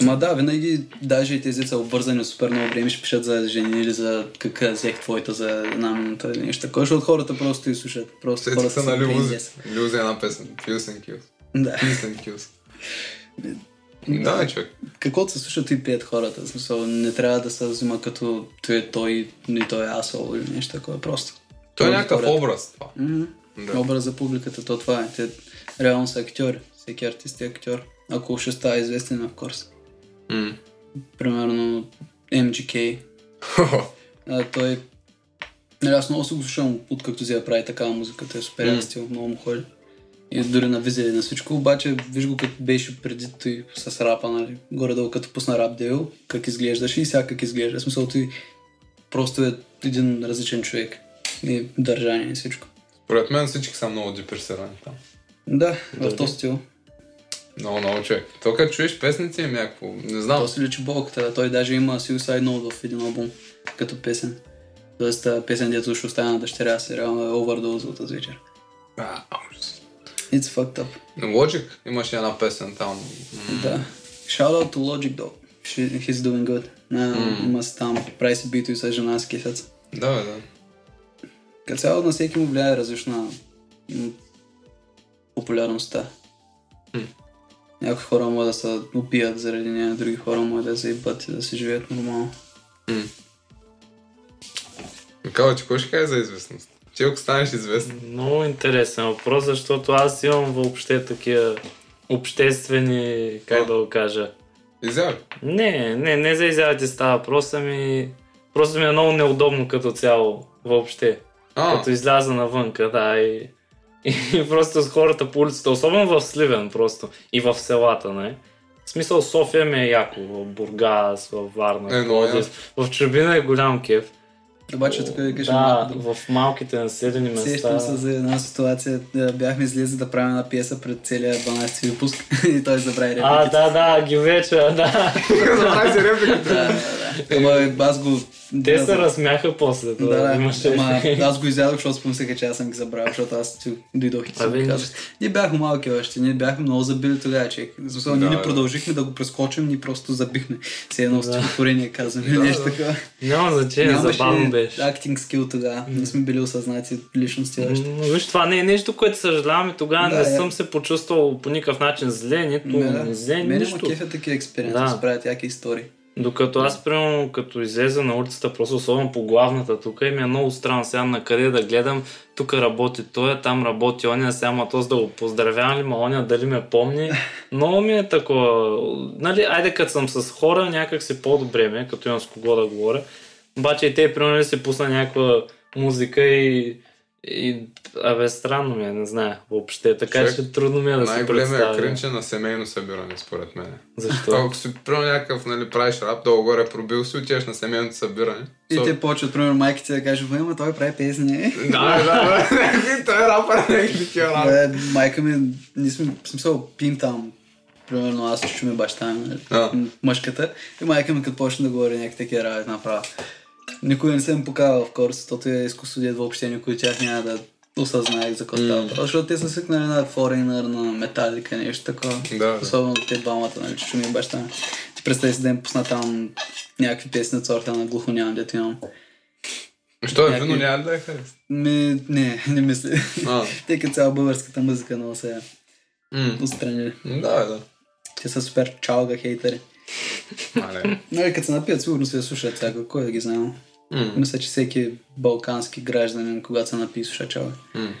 Speaker 2: Ма да, винаги, даже и тези деца обвързани супер много време ще пишат за жени или за кака взех твоята за една минута или нещо. Кой ще от хората просто и слушат? Просто
Speaker 1: Сетих
Speaker 2: хората
Speaker 1: се на Люзи.
Speaker 2: crazy.
Speaker 1: Люзи е една песен. Kills and Kills.
Speaker 2: Да.
Speaker 1: Kills and Kills. Да, бе, човек.
Speaker 2: Каквото се слушат и пият хората. В смисъл, не трябва да се взима като той е той, ни той е асол или нещо такова. Просто.
Speaker 1: Той е
Speaker 2: Той
Speaker 1: някакъв
Speaker 2: аудиторията.
Speaker 1: образ това.
Speaker 2: Мгм.
Speaker 1: Да.
Speaker 2: Образ за публиката, то това е. Те реално са актьори. Всеки артист е актьор. Ако ще става известен, в курс.
Speaker 1: М.
Speaker 2: Примерно MGK. А, той Нали, аз много се го слушам, откакто Зия прави такава музика, той е супер mm. стил, много му ходи. И дори на визия и на всичко, обаче виж го като беше преди той с рапа, нали, горе-долу като пусна рап дел, как изглеждаше и сега как изглежда. В смисъл той просто е един различен човек. И държание и всичко.
Speaker 1: Според мен всички са много депресирани там.
Speaker 2: Да,
Speaker 3: Добре.
Speaker 2: в този стил.
Speaker 1: Много, много човек. То като чуеш песните им някакво, не знам.
Speaker 2: То си личи болката, да. Той даже има Suicide Note в един албум, като песен. Тоест, тази песен, дето ще остане на дъщеря си, реално е овердоза от тази вечер.
Speaker 1: А, ужас.
Speaker 2: It's fucked up.
Speaker 1: На Logic имаше една песен там. М,
Speaker 2: Да. Shout out to Logic though. She, he's doing good. На, Има си там, прави си бито и с жена с кефец.
Speaker 1: Да, бе, да.
Speaker 2: Като цяло на всеки му влияе различна м, популярността. Някои хора могат да се убият заради нея, други хора могат да се ебат и да си живеят нормално.
Speaker 1: Микала, ти кой ще каже за известност? Ти ако станеш известен.
Speaker 3: Много интересен въпрос, защото аз имам въобще такива обществени, как да го кажа.
Speaker 1: Изяви.
Speaker 3: Не, не, не за изявите става въпрос, ами... Просто ми е много неудобно като цяло, въобще.
Speaker 1: А, [laughs]
Speaker 3: Като изляза навънка, да, и... И просто с хората по улицата, особено в Сливен просто. И в селата, не? В смисъл София ми е яко, в Бургас, в Варна,
Speaker 1: Е,
Speaker 3: в
Speaker 1: но
Speaker 3: Пловдив. В чужбина е голям кеф.
Speaker 2: Обаче тук да кажа
Speaker 3: да,
Speaker 2: малко друго.
Speaker 3: в малките населени места.
Speaker 2: Сещам се за една ситуация, да, бяхме излезли да правим една пиеса пред целия 12-ти выпуск [laughs] и той забрави репликите.
Speaker 3: А, да, да, ги вече, [laughs] да.
Speaker 1: забрави си репликата.
Speaker 2: да, да. Ама аз го...
Speaker 3: Те се
Speaker 2: да,
Speaker 3: размяха после това.
Speaker 2: Да, да,
Speaker 3: Имаше...
Speaker 2: ама аз го изядох, защото помислеха, че аз съм ги забравил, защото аз ти дойдох и ти си
Speaker 3: Абе,
Speaker 2: го казах. Ние бяхме малки още, ние бяхме много забили тогава, че да, ние
Speaker 1: да.
Speaker 2: не продължихме да го прескочим, ние просто забихме. Все едно стихотворение казваме или нещо такова.
Speaker 3: Няма значение, забавно беше.
Speaker 2: актинг скил тогава, не сме били осъзнати личности още.
Speaker 3: М, Виж, това не е нещо, което съжаляваме. Тогава
Speaker 2: Да,
Speaker 3: не
Speaker 2: е.
Speaker 3: съм се почувствал по никакъв начин зле, нито
Speaker 2: Ме,
Speaker 3: не зле,
Speaker 2: Мене
Speaker 3: нищо.
Speaker 2: му кефят такива експерименти,
Speaker 3: Да.
Speaker 2: да. правят яки истории.
Speaker 3: Докато аз, примерно, като излеза на улицата, просто особено по главната тук, и ми е много странно сега на къде да гледам. Тук работи той, там работи оня, сега ма този да го поздравявам ли, ма оня дали ме помни. Много ми е такова. Нали, айде като съм с хора, някак си по-добре ме, като имам с кого да говоря. Обаче и те, примерно, се пусна някаква музика и... и абе, странно ми е, не знае въобще. Така
Speaker 1: Човек,
Speaker 3: че трудно ми е да си
Speaker 1: Най-големия
Speaker 3: представя.
Speaker 1: кринч е на семейно събиране, според мен.
Speaker 3: Защо?
Speaker 1: Ако си приема някакъв, нали, правиш рап, долу горе пробил си, отиваш на семейното събиране.
Speaker 2: И
Speaker 1: Со-
Speaker 2: те почват, примерно, майките да кажат, «Бе, ама той прави песни.
Speaker 1: Да, да, да. [laughs] Той е рапър, не е такива рапър.
Speaker 2: Бе, майка ми, ние сме, в смисъл, пим там. Примерно аз чуме баща ми, нали,
Speaker 1: А.
Speaker 2: м, мъжката. И майка ми като почне да говори някакви такива работи направо. Никой не съм покарал в корс, защото е изкустводият въобще никой от тях няма да осъзнае за какво става. въпрос, Защото те са свикнали на Foreigner, на Металика, нещо такова.
Speaker 1: Да, да.
Speaker 2: Особено те двамата, нали, чуме и баща ми. Ти представи си да им пусна там някакви песни от сорта на глухо нямам, дето имам.
Speaker 1: Що е,
Speaker 2: Някакви-
Speaker 1: вино няма ли да е харесва?
Speaker 2: Ми, не, [laughs] не мисля.
Speaker 1: А.
Speaker 2: [laughs] Тъй като цяла българската музика е много се
Speaker 1: М.
Speaker 2: отстранили.
Speaker 1: Да, бе, да.
Speaker 2: Те са супер чалга хейтери.
Speaker 1: Мале.
Speaker 2: Нали, като се напият, сигурно се я слушат сега, кой да ги знае.
Speaker 1: М.
Speaker 2: Мисля, че всеки балкански гражданин, когато се напи, слуша чалга.
Speaker 1: М.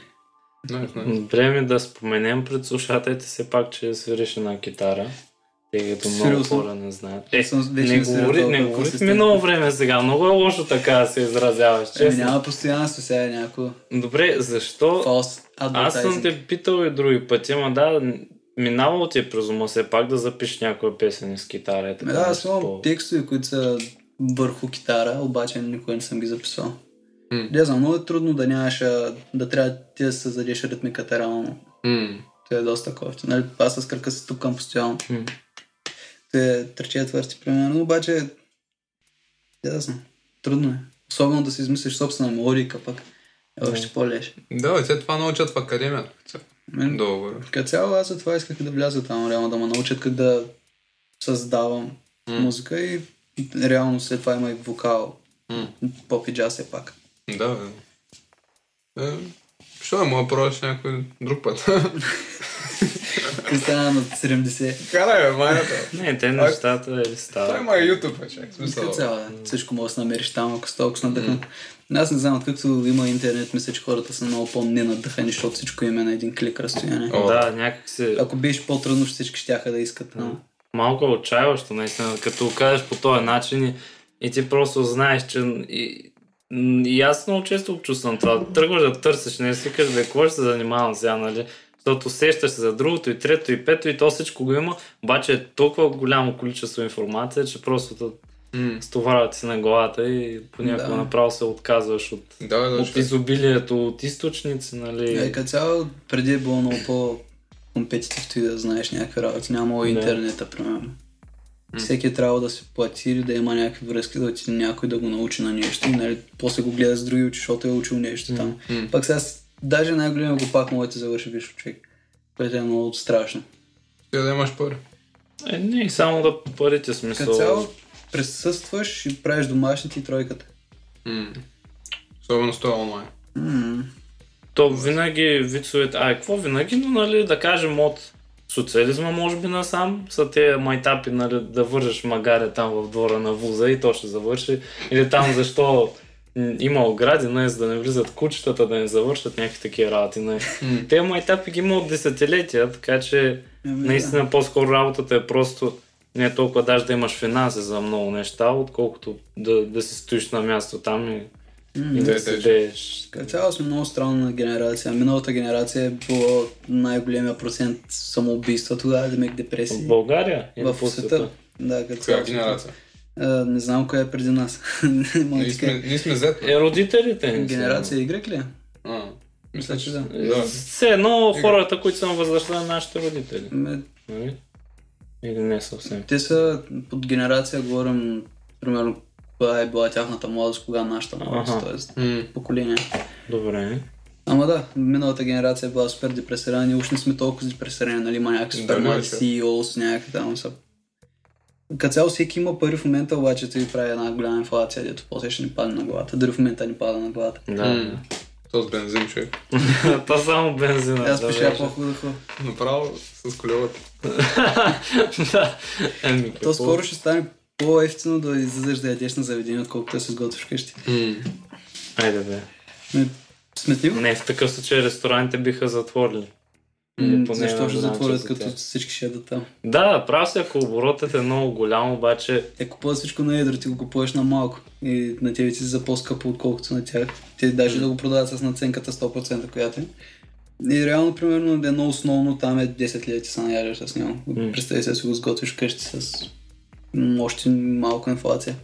Speaker 1: Nice, nice.
Speaker 3: Време да споменем пред слушателите все пак, че свириш една китара. Тъй като
Speaker 2: Свирил
Speaker 3: много
Speaker 2: съм.
Speaker 3: хора не знаят. Е,
Speaker 2: Съм- вече
Speaker 3: не
Speaker 2: не свиря
Speaker 3: говори,
Speaker 2: толкова
Speaker 3: не говори в
Speaker 2: консистентно.
Speaker 3: минало време сега. Много е лошо така да се изразяваш,
Speaker 2: Еми,
Speaker 3: честно.
Speaker 2: няма постоянство, сега е някакво
Speaker 3: Добре, защо?
Speaker 2: фалс
Speaker 3: Аз съм
Speaker 2: адвертайзинг.
Speaker 3: те питал и други пъти, ама да, минавало ти е през ума все пак да запишеш някоя песен с китара. Е, така,
Speaker 2: Ме, Ами Да, аз
Speaker 3: нещо
Speaker 2: имам
Speaker 3: по-
Speaker 2: текстове, които са върху китара, обаче никога не съм ги записал.
Speaker 1: М.
Speaker 2: Не знам, много е трудно да нямаш, а, да трябва ти да създадеш ритмиката реално.
Speaker 1: М.
Speaker 2: Той е доста кофти. Нали, аз с кръка се тупкам постоянно.
Speaker 3: М.
Speaker 2: Те три четвърти, примерно, обаче... Да, да знам. Трудно е. Особено да си измислиш собствена мелодика пък. Е още по-леш. Ами,
Speaker 1: Да, бе, те това научат в академията.
Speaker 2: Мен-
Speaker 1: Долу горе.
Speaker 2: Като цяло аз за това исках да вляза там, реално да ме научат как да създавам музика и реално след това има и вокал.
Speaker 1: М.
Speaker 2: Поп и джаз е пак.
Speaker 1: Да, бе. Е, що е, мога да пробваш някой друг път.
Speaker 2: Ти стана на 70.
Speaker 1: [laughs] Карай, бе, майната.
Speaker 3: Не, те нещата е
Speaker 1: Той
Speaker 3: стават.
Speaker 1: има и YouTube, бе, чак. в
Speaker 2: Като
Speaker 1: Смисъл.
Speaker 2: цяло, да. Всичко може да се намериш там, ако си толкова надъхан. Аз не знам, откакто има интернет, мисля, че хората са много по-ненадъхани, защото всичко им е на един клик разстояние.
Speaker 1: О,
Speaker 3: Да, някак се...
Speaker 2: Ако беше по-трудно, всички щяха да искат. Но...
Speaker 3: малко е отчаяващо, наистина, като го кажеш по този начин и, и ти просто знаеш, че и, и аз много често го чувствам това. Тръгваш да търсиш, не си кажеш, бе, какво ще се занимавам сега, нали? Защото усещаш се за другото и трето и пето и то всичко го има, обаче е толкова голямо количество информация, че просто да
Speaker 1: М.
Speaker 3: стоварват си на главата и понякога
Speaker 2: Да.
Speaker 3: направо се отказваш от,
Speaker 1: Да, бе, да,
Speaker 3: от
Speaker 1: ще.
Speaker 3: изобилието, от източници, нали?
Speaker 2: Е, като цяло, преди е било много по компетитив ти да знаеш някакви работи. Нямало
Speaker 3: Да.
Speaker 2: интернета, примерно. Всеки е трябвало да се плати или да има някакви връзки, да отиде някой да го научи на нещо и нали, после го гледа с други очи, защото е учил нещо там.
Speaker 1: М.
Speaker 2: Пак сега, с- даже най-големия го пак може да ти завърши виж човек, което е много страшно.
Speaker 1: Ще да имаш пари.
Speaker 3: Е, не, само да парите смисъл.
Speaker 2: Като цяло, присъстваш и правиш домашните и тройката.
Speaker 1: М. Особено с това онлайн.
Speaker 3: То винаги вицовете, а какво винаги, но нали, да кажем от социализма може би насам са те майтапи, нали, да вържеш магаря там в двора на вуза и то ще завърши. Или там защо м, има огради, не, за да не влизат кучетата, да не завършат някакви такива работи. Не. Те майтапи ги има от десетилетия, така че
Speaker 2: Ами да.
Speaker 3: наистина по-скоро работата е просто не е толкова даже да имаш финанси за много неща, отколкото да, да си стоиш на място там и, и
Speaker 1: Да,
Speaker 3: да
Speaker 1: да.
Speaker 3: седееш.
Speaker 2: Като цяло сме много странна генерация. Миналата генерация е било най-големия процент самоубийства тогава, да мек
Speaker 3: В
Speaker 2: депресии.
Speaker 3: България? или
Speaker 2: В
Speaker 3: по
Speaker 2: света. Да, като
Speaker 1: Коя
Speaker 2: цяло.
Speaker 1: генерация?
Speaker 2: А, не знам коя е преди нас. [laughs] Не мога да
Speaker 1: Ние
Speaker 2: ти
Speaker 1: сме,
Speaker 2: кажа.
Speaker 1: ние сме Z.
Speaker 3: Е, родителите ни. са.
Speaker 2: Генерация Y ли? е?
Speaker 1: А,
Speaker 2: Мисля, че да.
Speaker 3: Е,
Speaker 1: да.
Speaker 3: Все едно хората, които са на възрастта на нашите родители.
Speaker 2: Ме,
Speaker 3: Нали? Или не съвсем.
Speaker 2: Те са под генерация, говорим, примерно, кога е била тяхната младост, кога нашата младост,
Speaker 3: Аха.
Speaker 2: т.е.
Speaker 1: М.
Speaker 2: поколение.
Speaker 3: Добре.
Speaker 2: Ама да, миналата генерация е била супер депресирана, ние уж не сме толкова депресирани, нали, има някакви супер
Speaker 1: Да, не,
Speaker 2: млади
Speaker 1: че.
Speaker 2: CEO с някакви там са. Като цяло всеки има пари в момента, обаче той прави една голяма инфлация, дето после ще ни падне на главата. Дори в момента ни пада на главата.
Speaker 3: Да.
Speaker 1: То с бензин, човек.
Speaker 3: да. [laughs] То само бензина.
Speaker 2: Аз
Speaker 3: да
Speaker 2: пиша
Speaker 3: беше.
Speaker 2: по-хубаво.
Speaker 1: Направо с колелата.
Speaker 3: [laughs] да. Еми, какво?
Speaker 2: То скоро ще стане по-ефтино да излизаш да ядеш на заведение, отколкото да се изготвиш вкъщи.
Speaker 3: Айде бе.
Speaker 2: Ме- Сметливо?
Speaker 3: Не, в такъв случай ресторантите биха затворили. Или
Speaker 2: М,
Speaker 3: поне
Speaker 2: Защо
Speaker 3: една
Speaker 2: ще
Speaker 3: голяма
Speaker 2: затворят
Speaker 3: част от
Speaker 2: като
Speaker 3: тях.
Speaker 2: всички ще ядат там?
Speaker 3: Да, прав си, ако оборотът е много голям, обаче
Speaker 2: Те купуват Е, всичко на едро, ти го купуваш на малко. И на тебе ти за по-скъпо, отколкото на тях. Те даже да го продават с наценката 100%, която е. И реално, примерно, едно основно там е 10 лети са наяждаш с него. Представи се, да си го сготвиш вкъщи с м, още малко инфлация.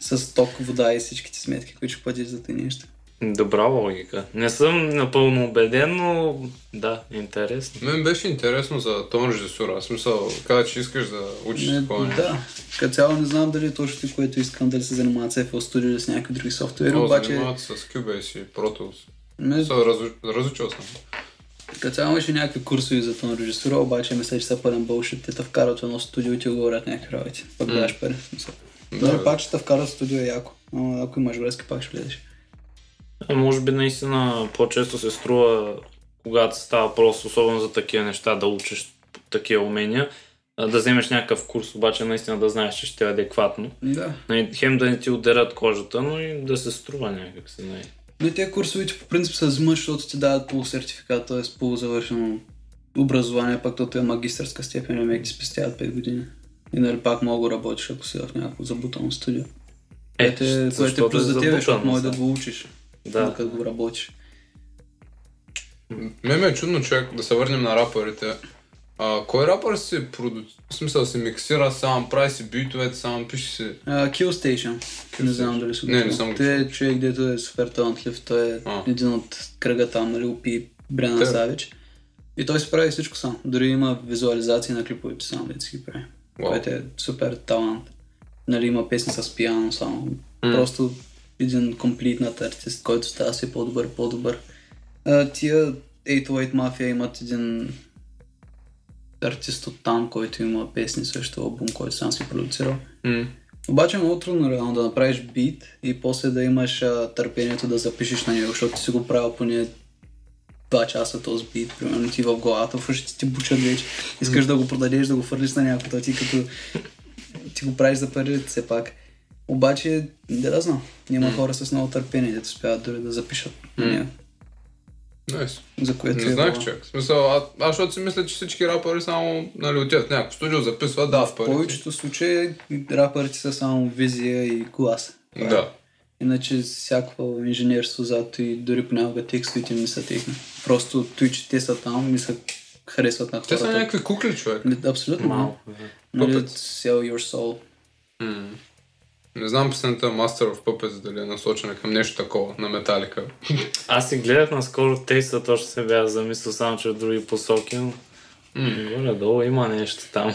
Speaker 2: с ток, вода и всичките сметки, които ще платиш за тези неща.
Speaker 3: добра логика. Не съм напълно убеден, но да, интересно.
Speaker 1: Мен беше интересно за тон режисура. Аз смисъл, каза, че искаш да учиш
Speaker 2: Не,
Speaker 1: такова нещо.
Speaker 2: да. Като цяло не знам дали е точно ти, което искам, дали се занимават с FL Studio или с някакви други софтуери,
Speaker 1: Много
Speaker 2: обаче
Speaker 1: занимават с Cubase и Pro Tools.
Speaker 2: ме,
Speaker 1: Смисъл, разу- разучил съм.
Speaker 2: като цяло имаше някакви курсови за тон режисура, обаче мисля, че са пълен бълшит, те те вкарат в едно студио и ти говорят някакви работи. Пък даваш пари. смисъл.
Speaker 1: Да,
Speaker 2: Дали
Speaker 1: бе.
Speaker 2: пак ще те вкарат в студио е яко, но ако имаш връзки, пак ще влезеш.
Speaker 3: Е, Може би наистина по-често се струва, когато става просто, особено за такива неща, да учиш такива умения, а, да вземеш някакъв курс, обаче наистина да знаеш, че ще е адекватно.
Speaker 2: Да.
Speaker 3: Нали, Хем да не ти ударят кожата, но и да се струва някак си. нали.
Speaker 2: Но и тези курсовите по принцип са взимаш, защото ти дават полусертификат, т.е. полузавършено образование, пък тото е магистърска степен, и мек ти спестяват 5 години. И нали пак мога да работиш, ако си в някакво забутано студио.
Speaker 3: Е,
Speaker 2: Което е, което е плюс за тебе, защото може да го учиш,
Speaker 3: Да.
Speaker 2: докато го работиш.
Speaker 1: Ме ми е чудно, човек, да се върнем на рапърите. А, кой рапър си проду... в смисъл си миксира сам, прави си битовете сам, пише си...
Speaker 2: Uh, Kill Station. Не знам дали си го
Speaker 1: Не, не
Speaker 2: чувал.
Speaker 1: съм го
Speaker 2: Той е човек, дето е супер талантлив. Той е
Speaker 1: А.
Speaker 2: един от кръга там, нали, опи Брена
Speaker 1: Да.
Speaker 2: Савич. И той си прави всичко сам. Дори има визуализации на клиповете сам, дето си ги прави.
Speaker 1: Вау.
Speaker 2: Което е супер талант. Нали, има песни с пиано само. Просто един комплитнат артист, който става все по-добър, по-добър. А, тия 808 Mafia имат един артист от там, който има песни също, албум, който сам си продуцирал.
Speaker 1: М.
Speaker 2: Обаче е много трудно реално да направиш бит и после да имаш а, търпението да запишеш на него, защото ти си го правил поне 2 часа този бит, примерно ти в главата, в ушите ти бучат вече, искаш да го продадеш, да го фърлиш на някой, той ти като ти го правиш за пари все пак. Обаче, не да знам, има хора с много търпение, дето успяват дори да запишат на него,
Speaker 1: Найс.
Speaker 2: за което
Speaker 1: Не
Speaker 2: е
Speaker 1: знаех,
Speaker 2: било.
Speaker 1: чак. В смисъл, аз, аз защото си мисля, че всички рапъри само нали, отиват в някакво студио, записват, да, в
Speaker 2: В
Speaker 1: пари.
Speaker 2: повечето случаи рапърите са само визия и глас.
Speaker 1: Да.
Speaker 2: Иначе всяко инженерство зад и дори понякога текстовете не са техни. Просто той, че те са там, не са харесват на хората.
Speaker 1: Те са някакви кукли, човек.
Speaker 2: Ами, Абсолютно.
Speaker 3: Малко.
Speaker 2: да.
Speaker 3: да.
Speaker 2: Нали,
Speaker 1: Puppets.
Speaker 2: sell your soul.
Speaker 1: Не знам последната Master of Puppets дали е насочена към нещо такова, на металика.
Speaker 3: Аз си гледах наскоро текста, точно се бях замислил само, че от други посоки, но... Горе долу има нещо там.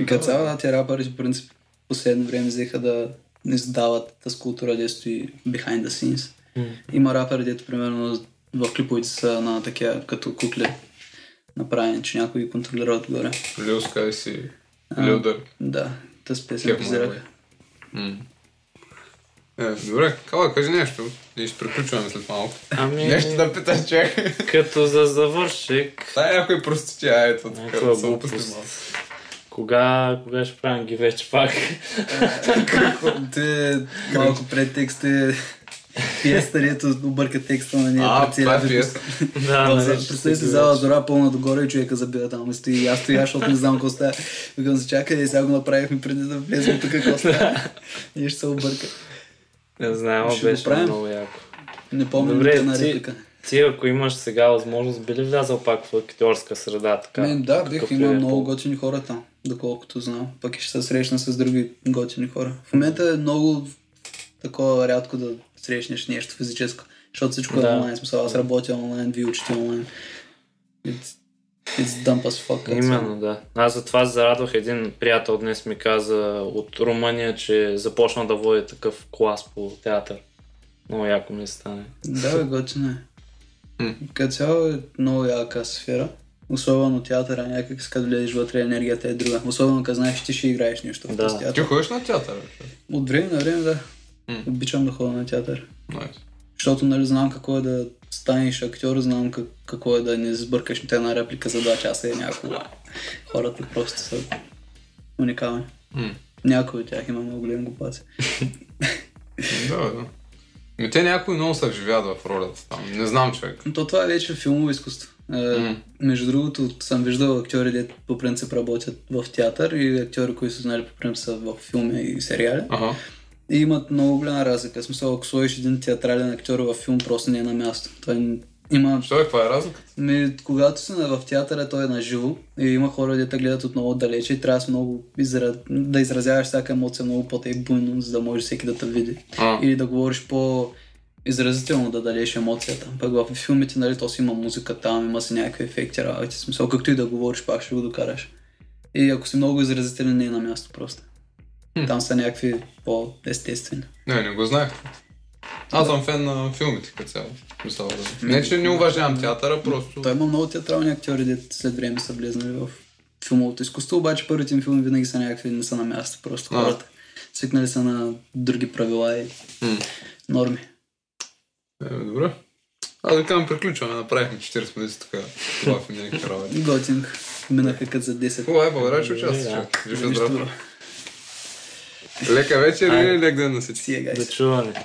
Speaker 2: И като цяло, да, те рапъри, в принцип, последно време взеха да издават тази култура, де стои behind the scenes. Има рапъри, дето примерно в клиповете са на такива като кукли направени, че някой ги контролира отгоре.
Speaker 1: Лил Скай си, Лилдър.
Speaker 2: Да, тази песен
Speaker 1: Кеф му е,
Speaker 2: визирах.
Speaker 1: бе. Е, добре, Кала, кажи нещо. И ще приключваме след малко.
Speaker 3: Ами,
Speaker 1: Нещо да питаш, че.
Speaker 3: като за завършек,
Speaker 1: Та е някой простотия, ето така.
Speaker 3: Някаква
Speaker 1: да се опусти
Speaker 3: глупост.
Speaker 1: малко.
Speaker 3: кога, кога ще правим ги вече пак?
Speaker 2: Те, е малко пред текст е пиеста, дето обърка текста нали, на нея.
Speaker 1: А,
Speaker 2: пред целия
Speaker 1: това е
Speaker 2: випуск.
Speaker 1: пиеса.
Speaker 3: да,
Speaker 2: В-
Speaker 3: нали, ще
Speaker 2: Представи си
Speaker 3: ги
Speaker 2: зала
Speaker 3: вече.
Speaker 2: зора пълна догоре и човека забива там и стои. Аз стоя, защото не знам какво става. Викам се, чакай, сега го направихме преди да влезем тук, какво става.
Speaker 3: [laughs]
Speaker 2: Ние ще се обърка.
Speaker 3: Не знам,
Speaker 2: Ще го
Speaker 3: беше
Speaker 2: правим.
Speaker 3: много яко.
Speaker 2: Не помня
Speaker 3: Добре,
Speaker 2: Добре, на
Speaker 3: ти-
Speaker 2: реплика.
Speaker 3: Ти, ако имаш сега възможност, би ли влязал пак в актьорска среда? Така?
Speaker 2: Мен, да, бих
Speaker 3: Какъв
Speaker 2: имал
Speaker 3: е
Speaker 2: много
Speaker 3: пол?
Speaker 2: готини хора там, доколкото знам. Пък и ще се срещна с други готини хора. В момента е много такова рядко да срещнеш нещо физическо, защото всичко
Speaker 3: Да.
Speaker 2: е онлайн. Смисъл, аз работя онлайн, вие учите онлайн. It's, it's dumb as fuck. като цяло.
Speaker 3: Именно, да. Аз затова се зарадвах. Един приятел днес ми каза от Румъния, че започна да води такъв клас по театър. Много яко ми стане.
Speaker 2: Да, бе, готино е.
Speaker 1: М.
Speaker 2: Като цяло е много яка сфера. Особено театъра, някак като влезеш вътре, енергията е друга. Особено като знаеш, че ти ще играеш нещо в
Speaker 3: Да.
Speaker 2: този
Speaker 1: Ти
Speaker 2: театър.
Speaker 1: ходиш на театъра? бе?
Speaker 2: От време на време, да.
Speaker 1: М.
Speaker 2: Обичам да ходя на театър.
Speaker 1: Найс.
Speaker 2: Защото нали, знам какво е да станеш актьор, знам как, какво е да не сбъркаш нито една реплика за два часа и някога. Хората просто са уникални.
Speaker 1: М.
Speaker 2: Някои от тях има много голям глупаци.
Speaker 1: Да, бе, да. Ми те някои много се вживяват в ролята там. Не знам, човек.
Speaker 2: Но то това е вече филмово изкуство. Е,
Speaker 1: М.
Speaker 2: Между другото, съм виждал актьори, дето по принцип работят в театър и актьори, които са знали по принцип са в филми и сериали.
Speaker 1: Ага.
Speaker 2: И имат много голяма разлика. В смисъл, ако сложиш един театрален актьор в филм, просто не е на място. Той н- има
Speaker 1: Що е, каква е разликата?
Speaker 2: Ми, когато си на- в театъра, той е на живо и има хора, дето гледат от много отдалече и трябва да, си много изра... да изразяваш всяка емоция много по и буйно, за да може всеки да те види.
Speaker 1: А,
Speaker 2: Или да говориш по изразително да дадеш емоцията. Пък в филмите, нали, то си има музика там, има си някакви ефекти, работи, смисъл, както и да говориш, пак ще го докараш. И ако си много изразителен, не е на място просто.
Speaker 1: Хм.
Speaker 2: Там са някакви по-естествени.
Speaker 1: не, не го знаех. Аз съм фен на филмите като цяло. Мисля, да. Не, че не уважавам театъра, просто...
Speaker 2: Той има много театрални актьори, дето след време са влезнали в филмовото изкуство, обаче първите им филми винаги са някакви, не са на място, просто
Speaker 1: А.
Speaker 2: хората. Свикнали са на други правила и
Speaker 1: М.
Speaker 2: норми.
Speaker 1: Е, добре. А да кажем, приключваме. Направихме 40 минути тук. Това е някакви работи.
Speaker 2: Готинг. Минаха като за 10.
Speaker 1: Хубаво е, благодаря, че участваш. Жив и
Speaker 2: Нищо
Speaker 1: здрав. Лека вечер и лек ден на всички.
Speaker 2: Сия, гайс.
Speaker 3: До чуване.